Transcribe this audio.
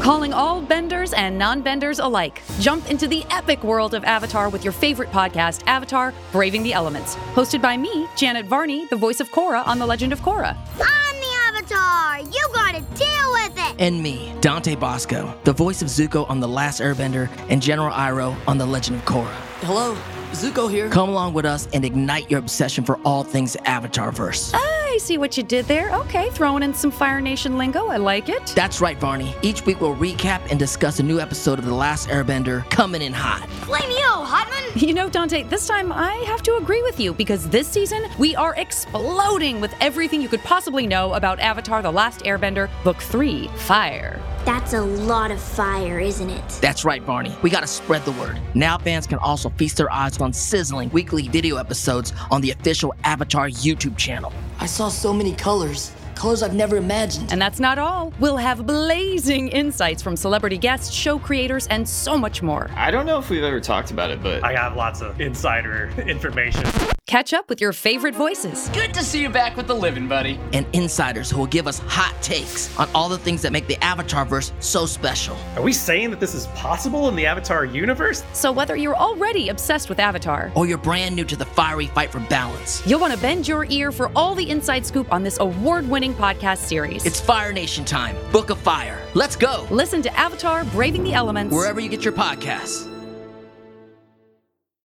Calling all benders and non benders alike. Jump into the epic world of Avatar with your favorite podcast, Avatar Braving the Elements. Hosted by me, Janet Varney, the voice of Korra on The Legend of Korra. I'm the Avatar. You gotta deal with it. And me, Dante Bosco, the voice of Zuko on The Last Airbender and General Iroh on The Legend of Korra. Hello, Zuko here. Come along with us and ignite your obsession for all things Avatarverse. Oh. I see what you did there. Okay, throwing in some Fire Nation lingo. I like it. That's right, Varney. Each week we'll recap and discuss a new episode of The Last Airbender coming in hot. Blame you, Hotman. You know, Dante, this time I have to agree with you because this season we are exploding with everything you could possibly know about Avatar The Last Airbender, Book 3 Fire. That's a lot of fire, isn't it? That's right, Barney. We gotta spread the word. Now fans can also feast their eyes on sizzling weekly video episodes on the official Avatar YouTube channel. I saw so many colors. Colors I've never imagined. And that's not all. We'll have blazing insights from celebrity guests, show creators, and so much more. I don't know if we've ever talked about it, but I got lots of insider information. Catch up with your favorite voices. Good to see you back with the living, buddy. And insiders who will give us hot takes on all the things that make the Avatarverse so special. Are we saying that this is possible in the Avatar universe? So, whether you're already obsessed with Avatar or you're brand new to the fiery fight for balance, you'll want to bend your ear for all the inside scoop on this award winning podcast series. It's Fire Nation time. Book of Fire. Let's go. Listen to Avatar Braving the Elements wherever you get your podcasts.